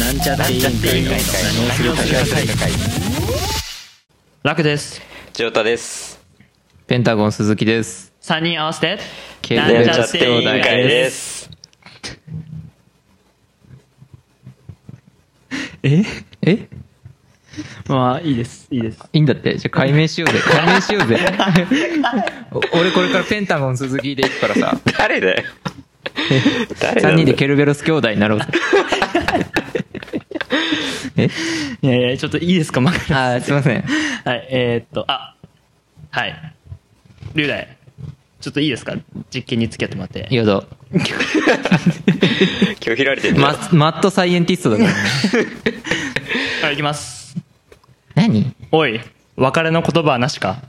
なんちゃって委員会の何をするか楽ですジョータです。ペンタゴン鈴木です。 3人合わせて経なんなんちちゃゃっってて委委員員会会でです。ええまあいいですいいですいいんだって。じゃあ解明 しようぜ。解明しようぜ。 お俺これからペンタゴン鈴木で行くからさ。誰だよ。誰なんだ3人でケルベロス兄弟になろうぜ。えいやいやちょっといいですかマカロンあーすいません。 はいえーっとあはい龍大ちょっといいですか実験に付き合ってもらっていやだ。今日開いてんだマよ。スマットサイエンティストだから、ね。はいいきます何おい別れの言葉はなしか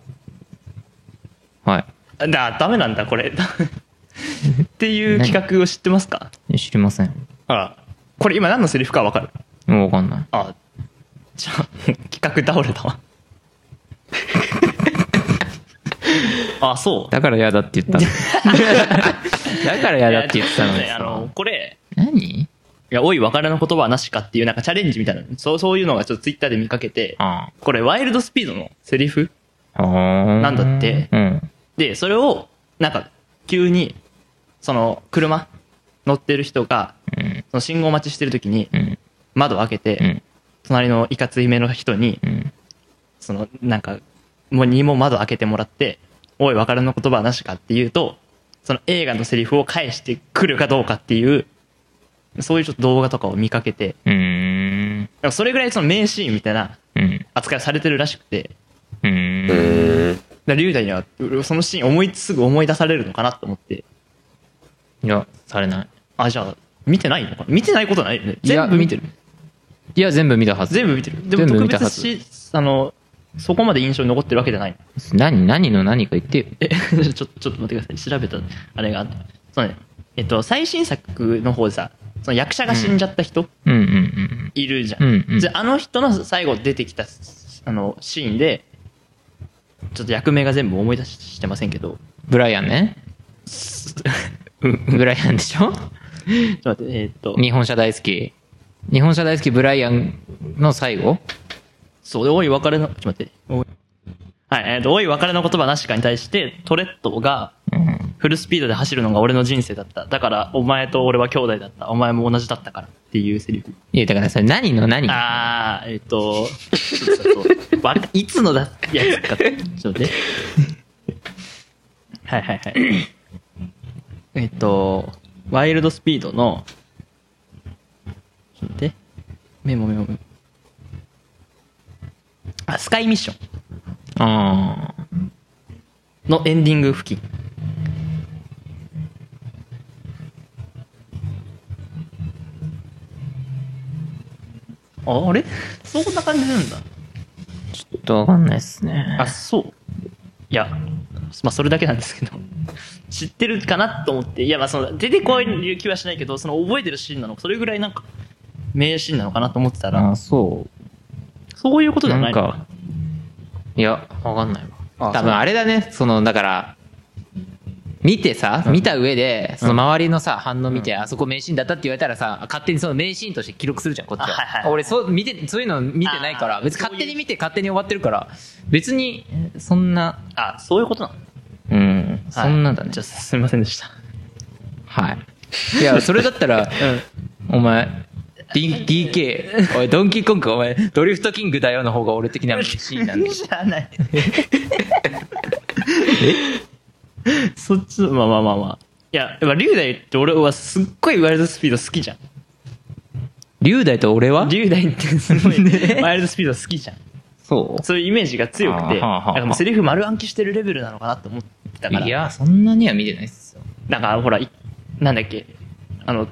はあだダメなんだこれ っていう企画を知ってますかい。知りません。あらこれ今何のセリフかわかるもうわかんない。あじゃあ企画倒れた わあそうだから嫌だって言 ったのだから嫌だって言ってたのいにやちょっとねあのさ。これ何いや、おい、別れの言葉はなしかっていう、なんかチャレンジみたいな、そう、そういうのがちょっとツイッターで見かけて、あこれ、ワイルドスピードのセリフあ。ななんだってうん。で、それを、なんか、急に、その、車、乗ってる人が、うん。その信号待ちしてる時にう、ん。窓を開けて、うん。隣のいかつい目の人に、うん。その、なんか、もうにも窓開けてもらって、おい、別れの言葉はなしかっていうと、その映画のセリフを返してくるかどうかっていう、そういうちょっと動画とかを見かけて、うーん。なんかそれぐらいその名シーンみたいなうん。扱いをされてるらしくて、ううーん。ーん。だから龍大にはうそのシーン思いすぐ思い出されるのかなと思って、いや、されない。あ、じゃあ、見てないのかな見てないことないよね。いや全部見てる。いや、全部見たはず。全部見てる。でも全部特見たは別ずし、あの、そこまで印象に残ってるわけじゃない。何、何の何か言ってよ。え、 ちょ、ちょっと待ってください。調べた、あれがあって。そうね。えっと、最新作の方でさ、その役者が死んじゃった人うんうんうんいるじゃ。うんんうんで、あの人の最後出てきた、あの、シーンで、ちょっと役名が全部思い出してませんけど、ブライアンね。ブライアンでしょちょっと待って、えっと、日本車大好き。日本車大好きブライアンの最後そう、で、おい別れの、ちょっと待って。おいはい、えっ、と、おい別れの言葉なしかに対して、トレッドが、うん。フルスピードで走るのが俺の人生だった。だから、お前と俺は兄弟だった。お前も同じだったから。っていうセリフ。いや、だからそれ何の何あー、えっ、と、ちょっと待ってわかいつのだやつか。ちょっと待って。はいはいはい。えっと、ワイルドスピードの、ちょっと待って。メモメモメモ。あ、スカイミッション。あのエンディング付近ああれそんな感じなんだーちょっとわかんないっすねあ。そういやまあそれだけなんですけど知ってるかなと思っていやまあその出てこい気はしないけどその覚えてるシーンなのかそれぐらいなんか名シーンなのかなと思ってたらあ、そそういうことう。じゃなないんのか、いや、わかんないあわ。多分あれだね。その、だから、見てさ、見た上で、その周りのさ、反応見て、あそこ名シーンだったって言われたらさ、勝手にその名シーンとして記録するじゃん、こっちあはいはいは。はい俺、そう、見て、そういうの見てないかあら、ー別にそういう勝手に見て、勝手に終わってるから、別に、そんな、あそういうことなのうん、そんなだはねいじ。ゃあすみませんでしたはい。いや、それだったら、 お前、D、DK、おい、ドンキーコング、お前、ドリフトキングだよの方が俺的な名シーンなん で。知らない。そっちの、まあまあまあまあ。いや、やっぱ龍大って俺はすっごいワイルドスピード好きじゃん。龍大と俺は龍大ってすごい、ワイルドスピード好きじゃん。そうそういうイメージが強くて、あはあはあなんかもうセリフ丸暗記してるレベルなのかなと思ってたから。いや、そんなには見てないっすよ。なんかほら、いなんだっけ、あの、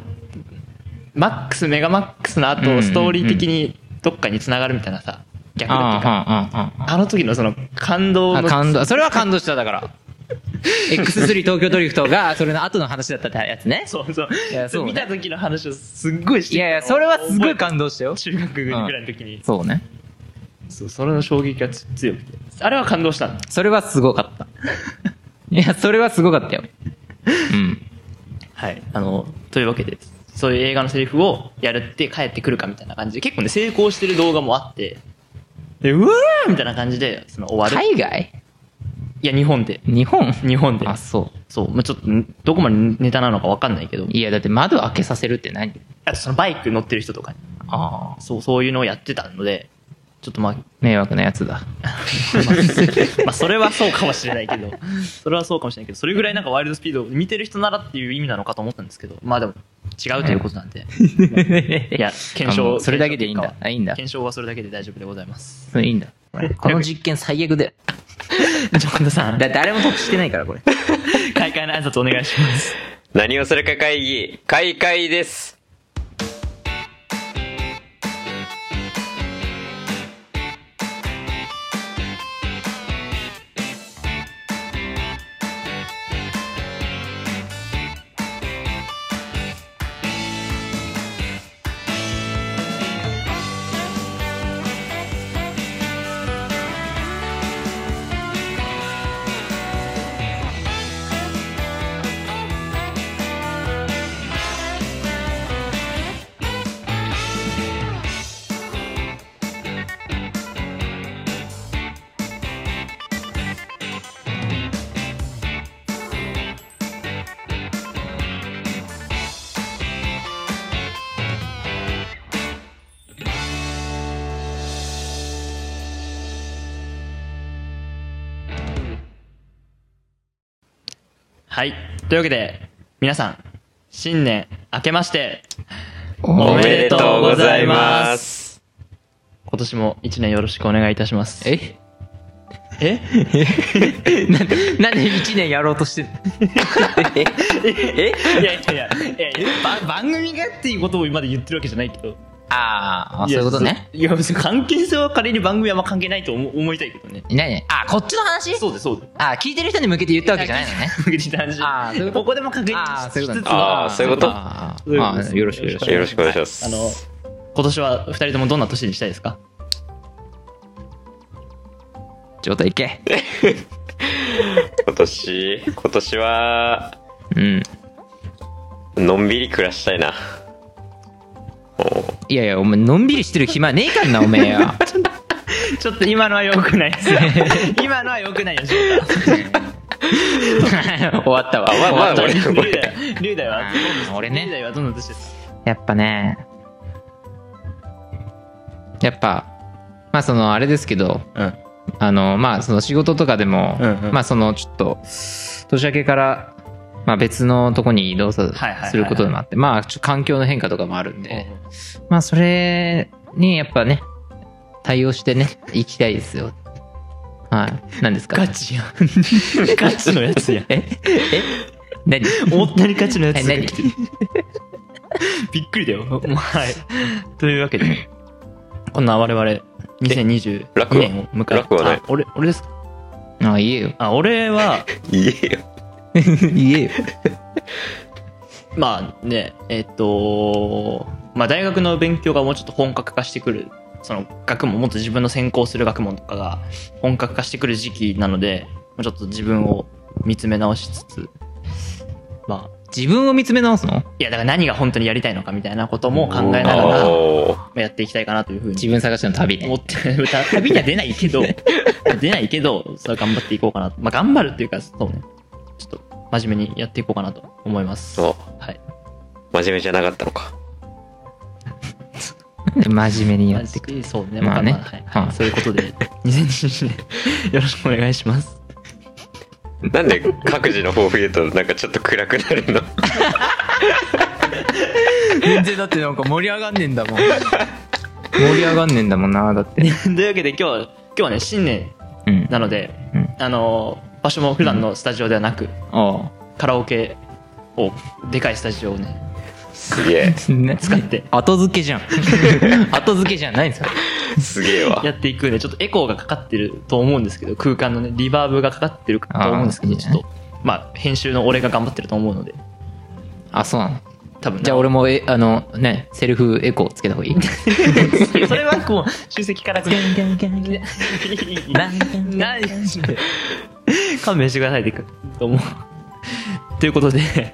マックス、メガマックスのうんうんう後、んストーリー的にどっかに繋がるみたいなさ、逆だっけか。ああ、ああの時のその感動あ、の感動。それは感動した、だ から。X3 東京ドリフトが、それの後の話だったってやつね。そうそう。いやそう見ねた時の話をすっごいしていたやいや、それはすごい感動したよ動。中学ぐらいの時に。そうね。そう、それの衝撃がつ強くて。あれは感動したんだ。それはすごか った。いや、それはすごかったよ。うん。はい。あの、というわけで、そういう映画のセリフをやるって帰ってくるかみたいな感じで、結構ね、成功してる動画もあって、で、うわーみたいな感じで、その終わる。い、海外や、日本で。日本日本で。あ、そそう。まあ、ちょっと、どこまでネタなのかわかんないけどう。、いや、だって窓開けさせるって何あとそのバイク乗ってる人とかに、ああ、そう、そういうのをやってたので、ちょっとまあ、迷惑なやつだ。まあ、それはそうかもしれないけど、それはそうかもしれないけど、それぐらいなんかワイルドスピードを見てる人ならっていう意味なのかと思ったんですけど、まあでも、違うということなんで、い いや、検証。それだけでいいんだ検証。あ、いいんだ。検証はそれだけで大丈夫でございます。それいいんだ。この実験最悪だよ。 ジョンドさん、だ誰も得してないから、こ れ。開会の挨拶お願いします。何をするか会議、開会です。。はい。というわけで、皆さん、新年明けまして、おめでとうございます今年も一年よろしくお願いいたします。ええ なんで、なんで1年やろうとしてるえいやいやいや、いやいやば番組がっていうことを今まで言ってるわけじゃないけど。あーあ、そういうことね。いや、別に関係性は仮に番組はあんま関係ないと思思いたいけどね。いないね。あ、こっちの話そうです、そうです。あ、聞いてる人に向けて言ったわけじゃないのね。無理な話あーそういうこ とここでも確あー認そしういうことつつねはあーそういうことあそういうーことあですー、よろしくよろしく。よろしくお願いしますあの、今年は二人ともどんな年にしたいですか状態いけ。今年、今年は、うん。のんびり暮らしたいな。おーいやいや、お前、のんびりしてる暇ねえからな、おめえや。ちょっと今のは良くないですよ。 今のは良くないよ、ジョー 終わったわ。あまあ終わったわまあ俺タ。龍大は、龍大は、うん俺ね龍大はどんな年ですかやっぱね、やっぱ、まあその、あれですけど、うん。あの、まあその仕事とかでも、うんうんまあその、ちょっと、年明けから、まあ別のとこに移動さはいはいはいすることになって、まあちょ環境の変化とかもあるんで、まあそれにやっぱね、対応してね、行きたいですよ。はい。何ですかガチやん。ガチのやつやん。ええ何大谷ガチのやつえ何 びっくりだ よ。はい。というわけで、こんな我々、2022楽は年を迎え楽はないあ俺、俺ですかあ、言えよ。あ、俺は、 言えよ。言えよ。まあね、えっと、まあ大学の勉強がもうちょっと本格化してくる、その学問、もっと自分の専攻する学問とかが本格化してくる時期なので、まあちょっと自分を見つめ直しつつ、まあ、自分を見つめ直すのいやだから何が本当にやりたいのかみたいなことも考えながら、まおーあやっていきたいかなというふうに自分探しの旅ね思。って、歌 旅には出ないけど、出ないけど、それは頑張っていこうかな。まあ、頑張るっていうか、そうね。ちょっと、真面目にやっていこうかなと思います。おはい。真面目じゃなかったのか。真面目にやまっあてく。そうね。ままああねね。はいうんそういうこと で、2021年、よろしくお願いします。なんで各自の抱負言うとなんかちょっと暗くなるの全然だってなんか盛り上がんねえんだもん。盛り上がんねえんだもんな、だっ て。というわけで、今日は、今日はね、新年うん。なので、うんあの、場所も普段のスタジオではなく、あカラオケを、でかいスタジオをね、すげえ。あ。ね、使って、後付けじゃん。 後付けじゃん。ないんですかすげえわや。っていくんで、ちょっとエコーがかかってると思うんですけど、空間のね、リバーブがかかってると思うんですけあど、ーちょっと、まあ、編集の俺が頑張ってると思うので、あ、そうなの。多分ねじゃあ俺も、え、あの、ね、セルフエコーつけた方がい い。それはこう、集積からこう、何勘弁してくださいっていくと思う。とということで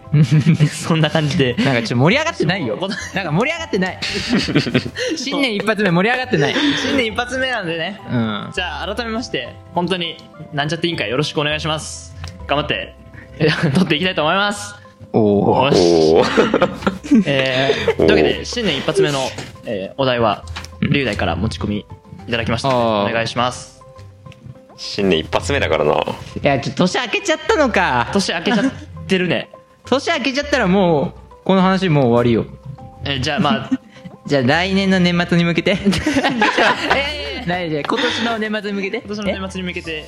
そんな感じでなんかちょっと盛り上がってないよ。 なんか盛り上がってない。 新年一発目盛り上がってない。新年一発目なんでねうん。じゃあ改めまして本当になんちゃって委員会よろしくお願いします頑張って撮っていきたいと思いますおよーしおーえーというわけで新年一発目の、えーお題は龍大から持ち込みいただきましたあおー願いします新年一発目だからないや、ちょっと年明けちゃったのか。年明けちゃってるね、年明けちゃったらもう、この話もう終わりよ。えーじゃあまあ じゃあ来年の年末に向 けて。 えー来年今年の年末に向けて。今年の年末に向けて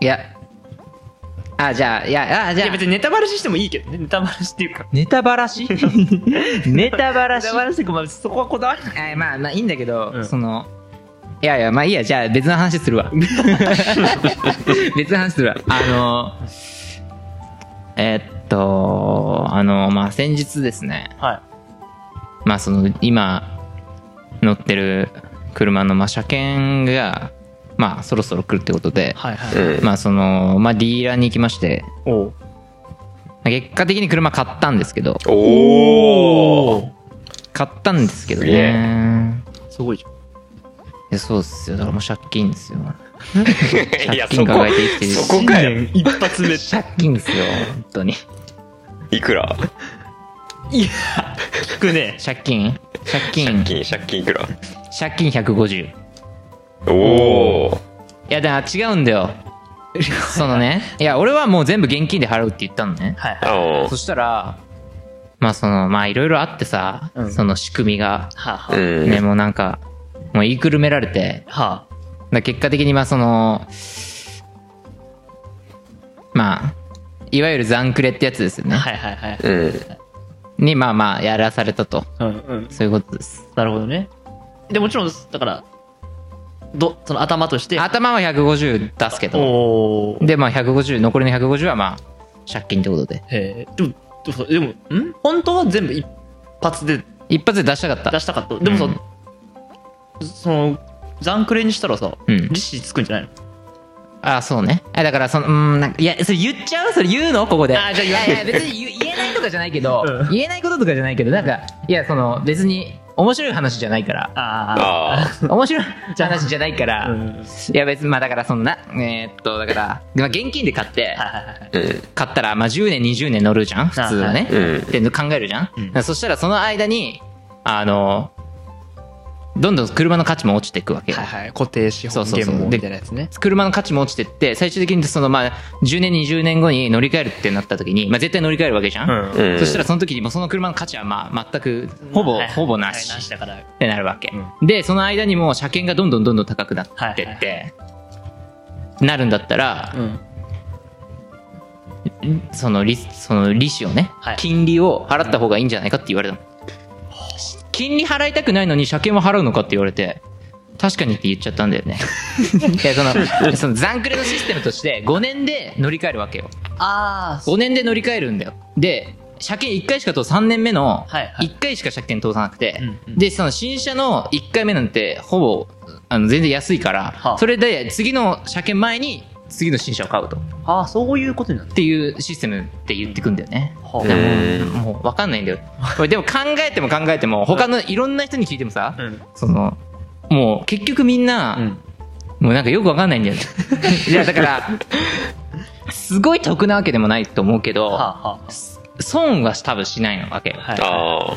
えいや。あ、じゃあ、いや、あ、いじゃやあ別。にネタバレししてもいいけどねネタバレしっていうかネタバ ラシネタバラネシタバレしてまあそこはこだわりないあまあまあいいんだけど、うんそのいやいやまあいいやじゃあ別の話する わ別の話するわあのえっとあのまあ先日ですねはまあその今乗ってる車のまあ車検がまあそろそろ来るってことでい、はいはういんまあそのまあディーラーに行きましておう結果的に車買ったんですけどおおー買ったんですけどすげねすごいじゃんいやそうっすよだからもう借金ですよ いや借そ金こ抱えて生きてるしそこかよ一発目借金ですよ本当にいくらいや聞く ね借金借金借金借金いくら借金150いおおやだから違うんだよそのねいや俺はもう全部現金で払うって言ったのねはいはいあおそしたらまあそのまあいろいろあってさ、うんその仕組みがはあはあ、うんねもうなんかもう言いくるめられてはあだから結果的にまあそのまあいわゆる残クレってやつですよね、はいはいはいうんにまあまあやらされたとうんうんそういうことですなるほどねでもちろんだからどその頭として頭は150出すけどおおでまあ150残りの150はまあ借金ってことでへえでもでもさでもん本当は全部一発で一発で出したかった出したかったでもさ、その残クレにしたらさ、うん利子つくんじゃないのああそうねあだからそのうんなんかいやそれ言っちゃうそれ言うのここであじゃあ言わないやいや別に言言えないとかじゃないけど、うん言えないこととかじゃないけどなんかいやその別に面白い話じゃないからああ面白い話じゃないから、うんいや別にまあだからそんなえーっとだから、まあ、現金で買ってあはいはいはいあうん買ったら、まあ、10年20年乗るじゃん普通はね、うんで考えるじゃん、そしたらその間にあのどんどん車の価値も落ちていくわけよ、はいはい固定資本そうそう原そう本でみたいなやつね車の価値も落ちてって最終的にその、まあ、10年20年後に乗り換えるってなった時に、まあ、絶対乗り換えるわけじゃん、うんうんそしたらその時にもうその車の価値は、まあ、全くほぼ、はいはいほぼなはいなししだからってなるわけ、でその間にもう車検がどんどんどんどん高くなってって、はいはなるんだったら、うんその利その利子をね、はい金利を払った方がいいんじゃないかって言われたの、金利払いたくないのに車検は払うのかって言われて確かにって言っちゃったんだよね いやそのその残クレのシステムとして5年で乗り換えるわけよあ5年で乗り換えるんだよで車検1回しか通3年目のはいはい1回しか車検通さなくて、うんうんでその新車の1回目なんてほぼあの全然安いから、はあそれで次の車検前に次の新車を買うとっあああそういうことになるていうシステムって言ってくんだよね、はうあんもう分かんないんだよ 俺でも考えても考えても他のいろんな人に聞いてもさ、うんそのもう結局みんな、うんもうなんかよく分かんないんだよ いやだからすごい得なわけでもないと思うけど、はあは損は多分しないわけよあはいああ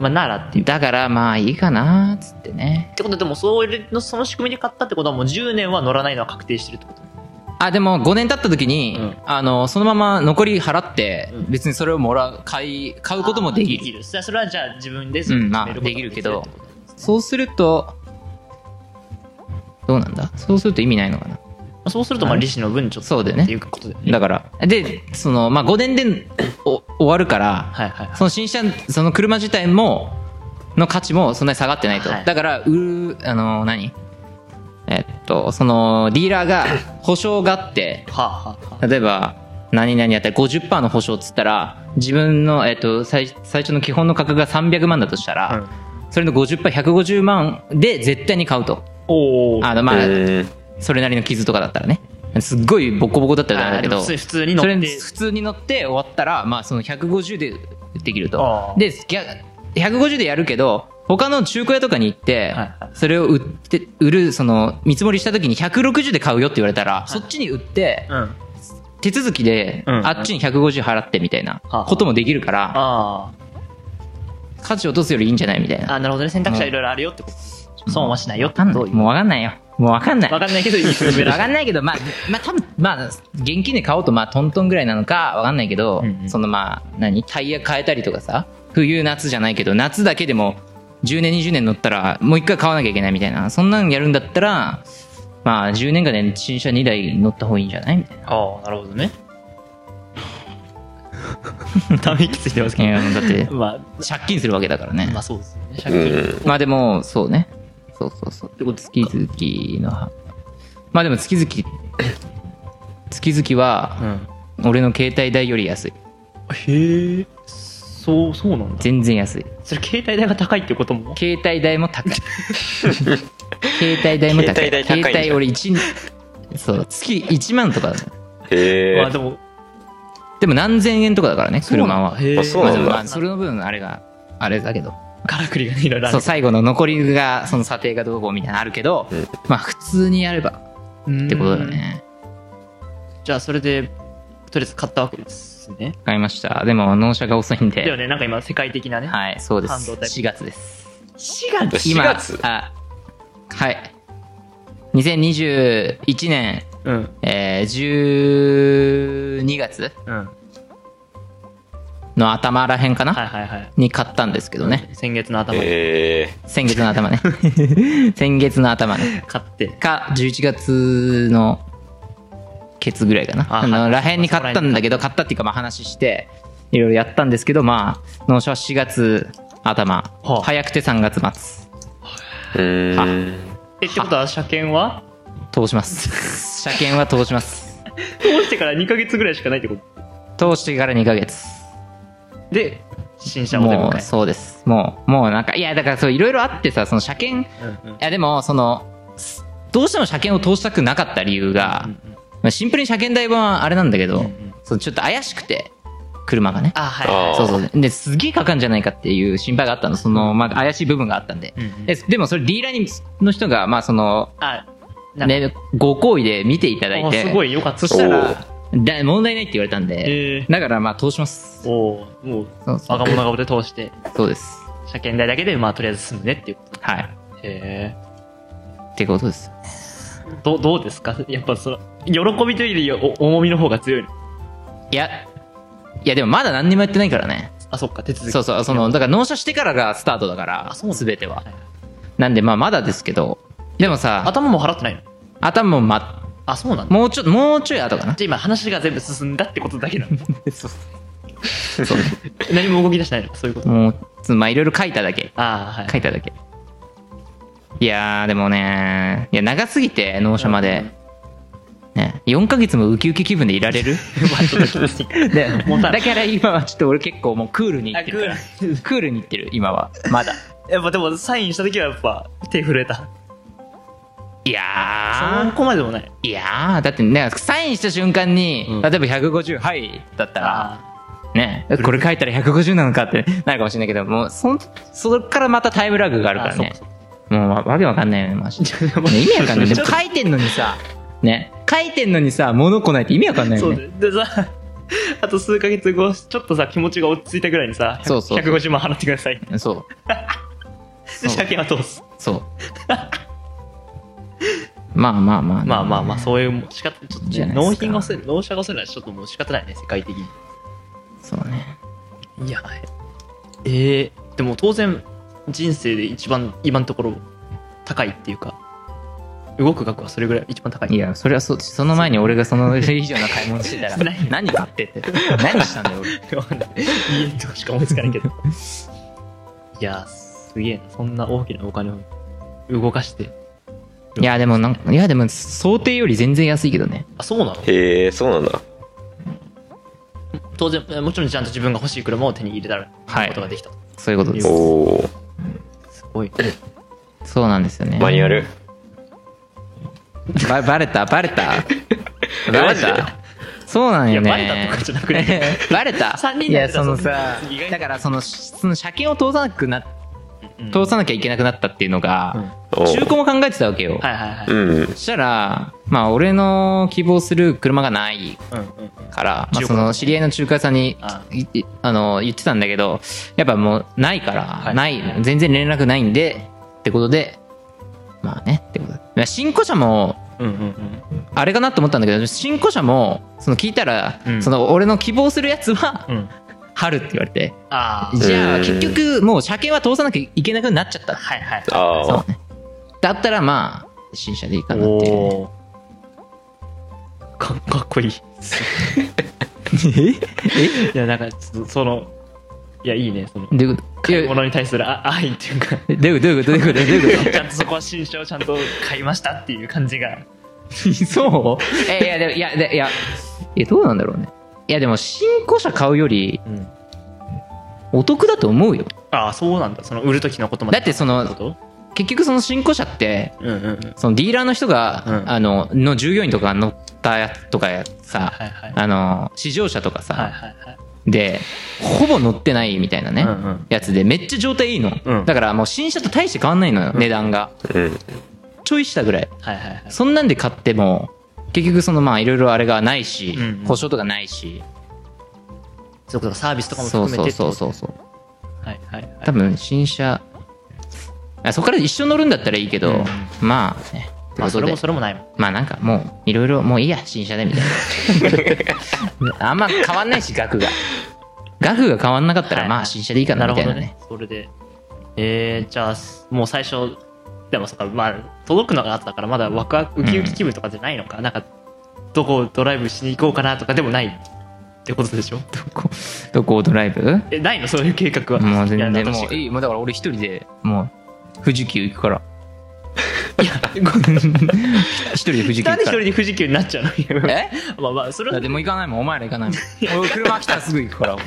まあならっていうだからまあいいかなーっつってねってことはでもそれのその仕組みで買ったってことはもう10年は乗らないのは確定してるってことあでも5年経った時に、うんあのそのまま残り払って、うん別にそれをもらう買い買うこともできるるそれはじゃあ自分でうんまあできるけどそうするとどうなんだそうすると意味ないのかなそうするとまあ利子の分ちょっとそうだよねっていうことだよねだからでその、まあ、5年でお終わるから、はいはいはいその新車その車自体もの価値もそんなに下がってないと、はいだから売るあの何えっとそのディーラーが保証があってはあはあは例えば何々やったら50%の保証っつったら自分の、えっと、最最初の基本の価格が300万だとしたら、それの 50%150 万で絶対に買うとおおあのまあうんそれなりの傷とかだったらねすっごいボコボコだったらダメだけあどーでも普通普通に乗ってそれ普通に乗って終わったら、まあ、その150でできるとあーで逆150でやるけど他の中古屋とかに行っはていはいそれを売って売るその見積もりした時に160で買うよって言われたらそっちに売ってうんあ手続きでうんあっちに150払ってみたいなこともできるからあ価値落とすよりいいんじゃないみたいなあなるほどね選択肢はいろいろあるよってこと損はしないよってことを言うもう分かんないよもう分かんないわかんないけ どいい勧め分だしかんないけど、まあ、まあ、多分まあ、現金で買おうと、まあ、トントンぐらいなのか、わかんないけど、うんうんその、まあ、何タイヤ変えたりとかさ、冬、夏じゃないけど、夏だけでも、10年、20年乗ったら、もう一回買わなきゃいけないみたいな、そんなんやるんだったら、まあ、10年間で新車2台乗った方がいいんじゃないみたいな。ああなるほど ねため息ついてますいけやだってど、ま借金するわけだからね。あまあそうですよね借う金ん。まあでも、そうね。そうそうそう。月々のは、まあでも月々、月々は、俺の携帯代より安い。へえそうそうなんだ全然安い。それ携帯代が高いってことも携帯代 も高い携帯代も高い携帯代高いんだ携帯俺1そう月1万とかだへまあえで。もでも何千円とかだからね車はへあえそうなんだまあまあそれの分あれがあれだけどからくりがねいろいろあそうる最後の残りがその査定がどうこうみたいなのあるけど、うんまあ普通にやればっってことだねじゃあそれでとりあえず買ったわけですねわかりましたでも納車が遅いんだよでねなんか今世界的なねはいそうで半す導体4月です4月4月あはい2021年、うんえー、12月うんの頭らへんかな、はいはいはいに買ったんですけどね先月の頭にへえ。先月の 頭ね先月の頭ね買ってか11月のケツぐらいかなああのはいらへんに買ったんだけど買ったっていうかまあ話していろいろやったんですけどまあ納車は4月頭、はあ早くて3月末うーん。えってことは車検は通しま す車検は通します通してから2ヶ月ぐらいしかないってこと通してから2ヶ月で新車を出迎もうそうですもうもうなんかいやだからそういろいろあってさその車検えうんうんいやでもそのすどうしても車検を通したくなかった理由が、うんうんまあ、シンプルに車検代はあれなんだけど、うんうんそのちょっと怪しくて車がねあはいあーそうそうですげえかかんじゃないかっていう心配があったのその、まあ、怪しい部分があったんで、うんうんででもそれディーラーにの人が、まあそのあなんかね、ご好意で見ていただいあてすごいよかったそしたおらだ問題ないって言われたんで、えだからまあ通しますー、おおもうそうそう若者顔で通してそうです車検代だけでまあとりあえず済むねっていうこはいとへえってことですどどうですかやっぱその喜びというよりお重みの方が強いのいやいやでもまだ何にもやってないからねあそっか手続きそうそう、その、だから納車してからがスタートだから、あそうなんだすべてははい。なんで、まあ、まだですけど、でもさ、頭も払ってないの頭もま、あそうなんだもうちょ、もうちょい後かな。じゃあ今話が全部進んだってことだけ なの何も動き出してないのそういうこともうつ、まあ、いろいろ書いただけ。ああはい書いただけ。いやー、でもね、いや、長すぎて、納車まで。ね、4ヶ月もウキウキ気分でいら れるまあちょっときつい で持たなだいから今はちょっと俺結構もうクールにいっあてグるークールにいってる今は まだやっぱでもサインした時はやっぱ手震えたいやーそこまでもないいやーだってねサインした瞬間に、うん例えば150「はい」だったあらねこれ書いたら150なのかってなるかもしれないけどもうそんそれからまたタイムラグがあるからねあそもうわわけわかんないよね マジであね意味わかんないでちょもっと書いてんのにさね書いてんのにさ物来ないって意味わかんないそようねででさ あと数ヶ月後ちょっとさ気持ちが落ち着いたぐらいにさそうそう150万払ってくださいそうそうで 車検は通す まあまあままああ、まあまあそういうも仕方ちょっとじゃねないですか納品が遅い納車が遅いのはちょっともう仕方ないね世界的にそうねいやええでも当然人生で一番今のところ高いっていうか動く額はそれぐらい一番高いいやそれはそうその前に俺がその以上な買い物してたら何何買ってって何したんだよ俺わかんない家としか思いつかないけ どいやすげえなそんな大きなお金を動かしていやでもなんかいやでも想定より全然安いけどねあそうなのへえ、そうなんだ。当然えもちろんちゃんと自分が欲しい車を手に入れたらはいことができたと、そういうことですおお。すごいそうなんですよねマニュアル。 ばバレたバレたマジでそうなんよね。いやバレたとかじゃなくね バレた三人いでやや、ってたそのそんさな意外、とだからその、その車検を通さなくな、うん通さなきゃいけなくなったっていうのが、おう中古も考えてたわけよ。はいはいはい。うんそしたら、まあ俺の希望する車がないうんうんうん。から、まあ中古その知り合いの中華屋さんにあいいあの言ってたんだけど、やっぱもうないから、はいない、全然連絡ないんで、ってことで、まあね、ってことでまあ。新古車も、うんうんうん。あれかなと思ったんだけど、新古車も、その聞いたら、うんその俺の希望するやつは、うん。春って言われて、ああ。じゃあうん結局もう車検は通さなきゃいけなくなっちゃった。はいはい。あそあうね。だったらまあ、新車でいいかなっていう。おーかかっこいい。えいや、なんか、ちょっとその、いや、いいね、その、どういうこ買いと物に対するあ愛っていうか、いやどういうことどういうことどういうことどういうことちゃんとそこは新車をちゃんと買いましたっていう感じが。そうえいやでもいやでいやいやどうなんだろうねいやでも新古車買うよりうん。お得だと思うよああ、そうなんだ。その、売る時のことまで。だってそなるのほど結局その新古車ってうんうんうん。そのディーラーの人が、うんあのの従業員とかが乗ったやつとかやさ、はいはいあの試乗車とかさ、はいはいはい。でほぼ乗ってないみたいなね、うんうんやつでめっちゃ状態いいの、うんだからもう新車と大して変わんないのよ、値段がうんちょいしたぐらいはいはいはい。そんなんで買っても結局そのまあいろいろあれがないし、うんうん故障とかないしそういうことサービスとかもそう含めてそうってこそとうそうそうはいはいはい。多分新車あそこから一緒乗るんだったらいいけど、うんまあねってまあ、ことそれでもそれもないもん。まあなんかもういろいろもういいや新車でみたい なあんま変わんないし額が額が変わんなかったはらいまあ新車でいいかなみたいなねるほどねそれでえー、じゃあもう最初でもそっかまあ届くのがあったからまだワクワクウキウキ気分とかじゃないのか、なんかどこをドライブしに行こうかなとかでもないってことでしょどこどこをドライブえないのそういう計画はもう全然いやもういいもうだから俺一人でもう富士急行くから一人で富士急な んで一行くか人らで富士急になっちゃうのえまあまあそれだはってもう行かないもんお前ら行かないもん 俺車来たらすぐ行くから俺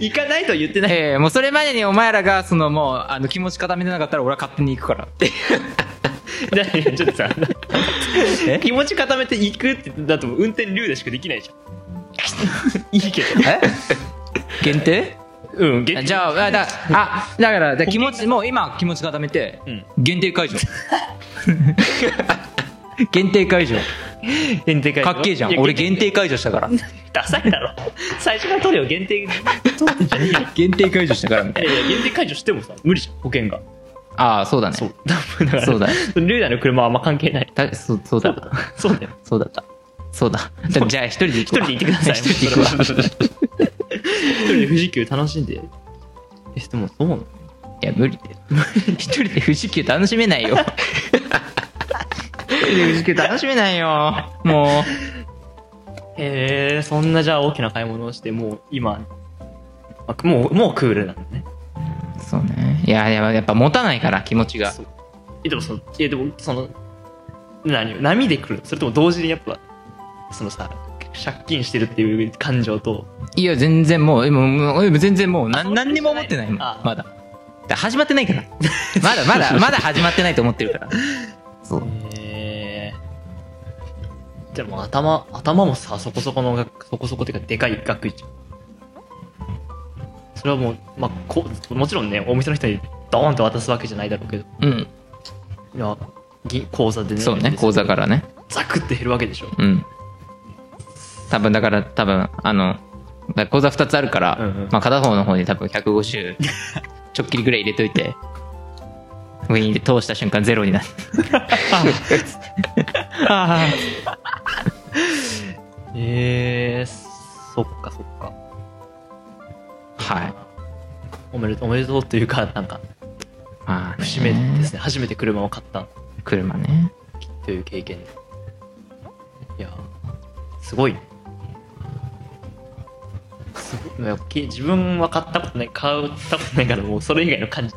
行かないとは言ってない ええもうそれまでにお前らがそのもうあの気持ち固めてなかったら俺は勝手に行くからじゃあい やちょっとさ気持ち固めて行くってだともう運転ルーでしかできないじゃん いいけどえ限定うん現じゃああだあだからだ気持ちもう今気持ち固めて、うん限定 解除限定解除限定会かっけえじゃん俺限定解除したからダサいだろ 最初から取れよ限定取ってんじゃねえよ限定解除したからみたいいやいや限定解除してもさ無理じゃん保険がなああそうだねそうだからそうだねルーダーの車はあんま関係ないだそうそうだそうだよそうだったそうだだじゃあ一人で行一く人わで行ってください 一人で行 くわそれは一人で富士急楽しんでえでもそうなのいや無理だよ一人で富士急楽しめないよ一人で富士急楽しめないよもへえそんなじゃあ大きな買い物をしてもう今あもうもうクールなのねうそうねいやいややっぱ持たないから気持ちがそうえでもそのえでもその何波で来るそれとも同時にやっぱそのさ借金してるっていう感情といや全然もうえもうもう全然もう何何にも思ってないもんあまだだ始まってないからまだまだまだ始まってないと思ってるからそうえーでも頭頭もさそこそこの額そこそこっていうかでかい額いっちゃうそれはもう、まあ、こもちろんねお店の人にドーンと渡すわけじゃないだろうけどうんいや銀口座でねそうね口座からねザクって減るわけでしょうん多分だから多分あのだから口座2つあるから、うんうんまあ、片方の方に多分150ちょっきりぐらい入れといて上に通した瞬間ゼロになるああえー、そっかそっかはいおめでとうおめでとうというかなんかまあ、ね、節目ですね初めて車を買った車ねという経験いやすごいすごいいやき自分は買ったことない買ったことないからもうそれ以外の感じ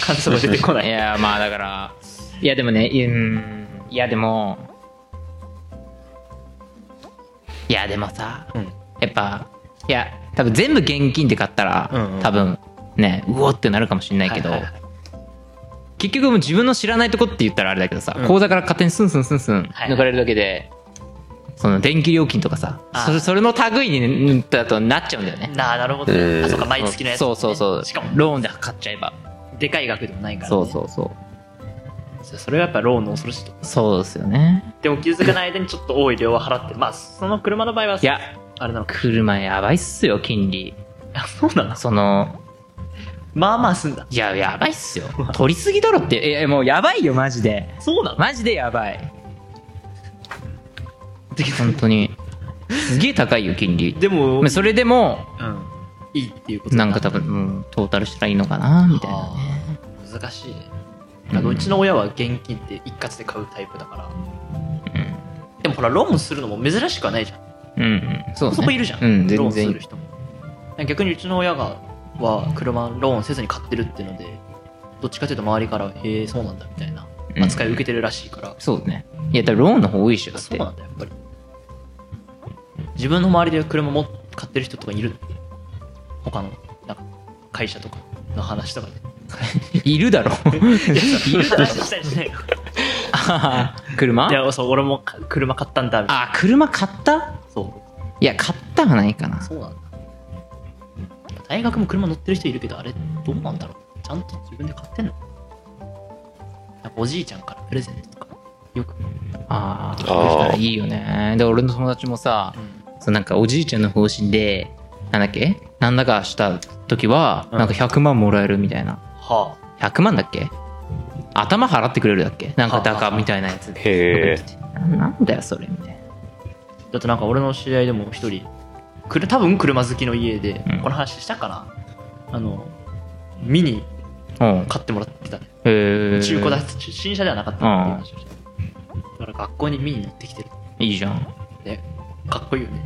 感想が出てこないいやまあだからいやでもねいやうんいやでもいやでもさうんやっぱいや多分全部現金で買ったら、うんうん多分ねうおってなるかもしれないけど、はいはいはい結局もう自分の知らないとこって言ったらあれだけどさ、うん口座から勝手にスンスンスンスンはい抜かれるだけで、その電気料金とかさあーそれそれの類にねだとなっちゃうんだよねなあなるほど、ね、うんあそうか毎月のやつ、ね、そうそうそうしかもローンで買っちゃえばでかい額でもないから、ね、そうそうそうそそれがやっぱローンの恐ろしいとこそうですよねでも気づかない間にちょっと多い量は払ってまあその車の場合はいやあれなのか車やばいっすよ金利あそうなのそのまあまあすんだいややばいっすよ取りすぎだろっていやいやもうやばいよマジでそうなのマジでやばい本当にすげえ高いよ金利でも、うまんあ、それでもいいっていうことなんかだ多分、うん、トータルしたらいいのかなみたいなねあー難しいねなんかうちの親は現金って一括で買うタイプだから、でもほらローンするのも珍しくはないじゃんうんうんそう、ね、そこいるじゃん、うん全ローンす然る人も逆にうちの親がは車ローンせずに買ってるっていうのでどっちかというと周りから「へえそうなんだ」みたいなうん扱いを受けてるらしいから、そうねいやだからローンの方多いっしょだっそうてなんだやっぱり自分の周りで車も買ってる人とかいる他のなんか会社とかの話とかでいるだろいる話したりしないのあー 車いやそう俺もか車買ったんだみたいあー車買ったなそういや買ったはないかなそうなんだ大学も車乗ってる人いるけどあれどうなんだろうちゃんと自分で買ってんのなんかおじいちゃんからプレゼントとかよく、あーあーそしたらいいよねで俺の友達もさ、そうなんかおじいちゃんの方針でなんだっけなんだかした時は、うんなんか100万もらえるみたいなは100万だっけ頭払ってくれるだっけなんかだはあかはあみたいなやつでへえ。なんだよそれみたいなあだってなんか俺の知り合いでも一人くる多分車好きの家で、うんこの話したかなあのミニうん買ってもらってたねへえ中古だ新車ではなかったっていう話をしてだから学校にミニ乗ってきてるいいじゃんねかっこいいよ ね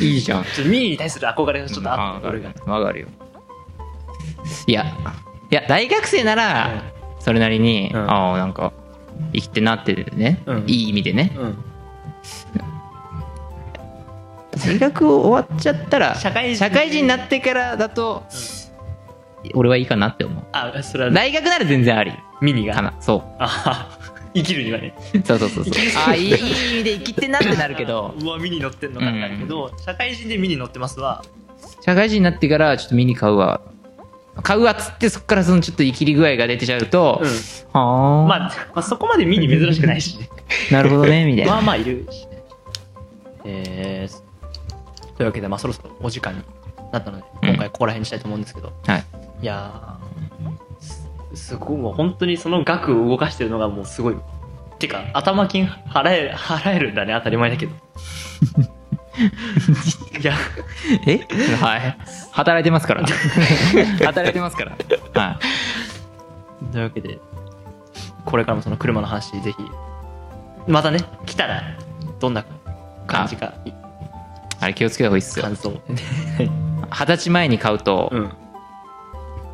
いいじゃんちょっとミニに対する憧れがちょっとあわったか俺るがわかるよいやいや大学生ならそれなりに、うんああなんか生きてなってるね、うんいい意味でねうん大学を終わっちゃったら社会人になってからだと、俺はいいかなって思うあそれは大学なら全然ありミニかがなそうあ生きるにはねそうそうそうそう。 あいいいい意味で生きてんなってなるけど、うわミニ乗ってんのかってなるけど、社会人でミニ乗ってますは社会人になってからちょっとミニ買うわ。買うわっつってそこからそのちょっと生きり具合が出てちゃうと、うんはあ、まあ、まあそこまでミニ珍しくないしねなるほどねみたいな。まあまあいるしねえー、というわけでまあそろそろお時間になったので今回ここら辺にしたいと思うんですけど、はい。いやーすすごいもう本当にその額を動かしてるのがもうすごいてか頭金払え払えるんだね当たり前 だけどいやえ？はい。働いてます から。働いてますから。はというわけでこれからもその車の話ぜひまたね来たらどんな感じかいい。あれ気をつけた方がいいっすよ。感 想二十歳前に買うと、うん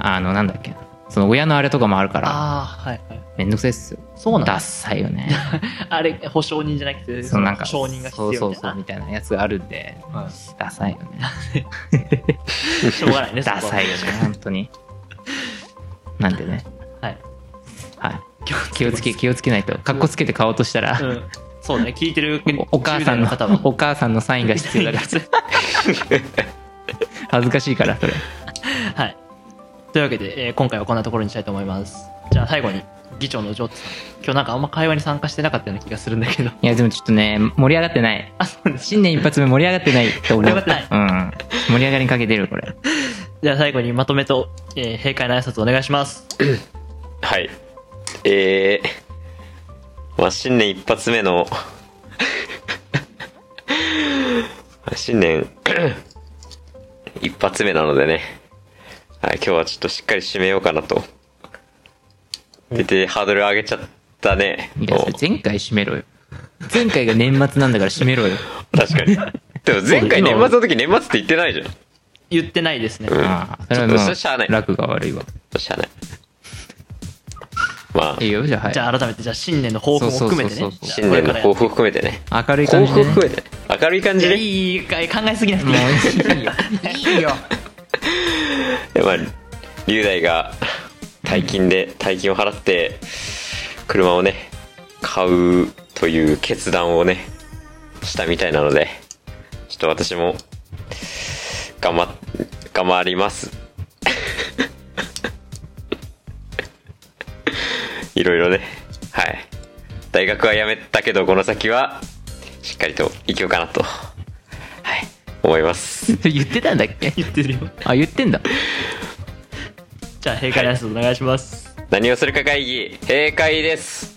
あのなんだっけな、その親のあれとかもあるから、ああはいはいめんどくさいっすよ。そうなんダッだサいよね。 あれ保証人じゃなくてそのなんか承認が必要みたいなそうそうそうみたいなやつがあるんで、うんダサいよね。 しょうがないねそこダはサいよ ね、本当に。なんでね、はいはい。気をつけ、気をつけないと。かっこつけて買おうとしたら、うんそうね聞いてるおお母さん10代の方はお母さんのサインが必要だ から。恥ずかしいから、それ。 はいというわけで、えー今回はこんなところにしたいと思いますじゃあ最後に議長のジョーツさん今日なんかあんま会話に参加してなかったような気がするんだけどいや、でもちょっとね、盛り上がってない。あそうです新年一発目盛り上がってないと思う。盛り上がってないうん。盛り上がりにかけてる、これ。じゃあ最後にまとめと、えー閉会の挨拶お願いしますはい。えー。まあ、新年一発目の、新年、一発目なのでね。はい、今日はちょっとしっかり締めようかなと。出て、ハードル上げちゃったね。いや、それ前回締めろよ。前回が年末なんだから締めろよ。確かに。 でも前回年末の時年末って言ってないじゃん。言ってないですねうん。ああ、それはちょっとも、それしゃあないう楽が悪いわ。しゃあない。まいいよ、じゃあ、はい。じゃあ改めてじゃあ新年の抱負も含めてそねうそうそうそう新年の抱負を含めてね。明るい感抱じ負をで含めね、て、明るい感いじやで。いい考えすぎなくていい もういいよ。いいよ。でまあ、龍大が大金で大金を払って車をね買うという決断をねしたみたいなのでちょっと私も頑張っ頑張ります いろいろねはい大学は辞めたけどこの先はしっかりと生きようかなとはい思います 言ってたんだっけ言ってるよあ言ってんだじゃあ閉会の挨拶お願いします、何をするか会議閉会です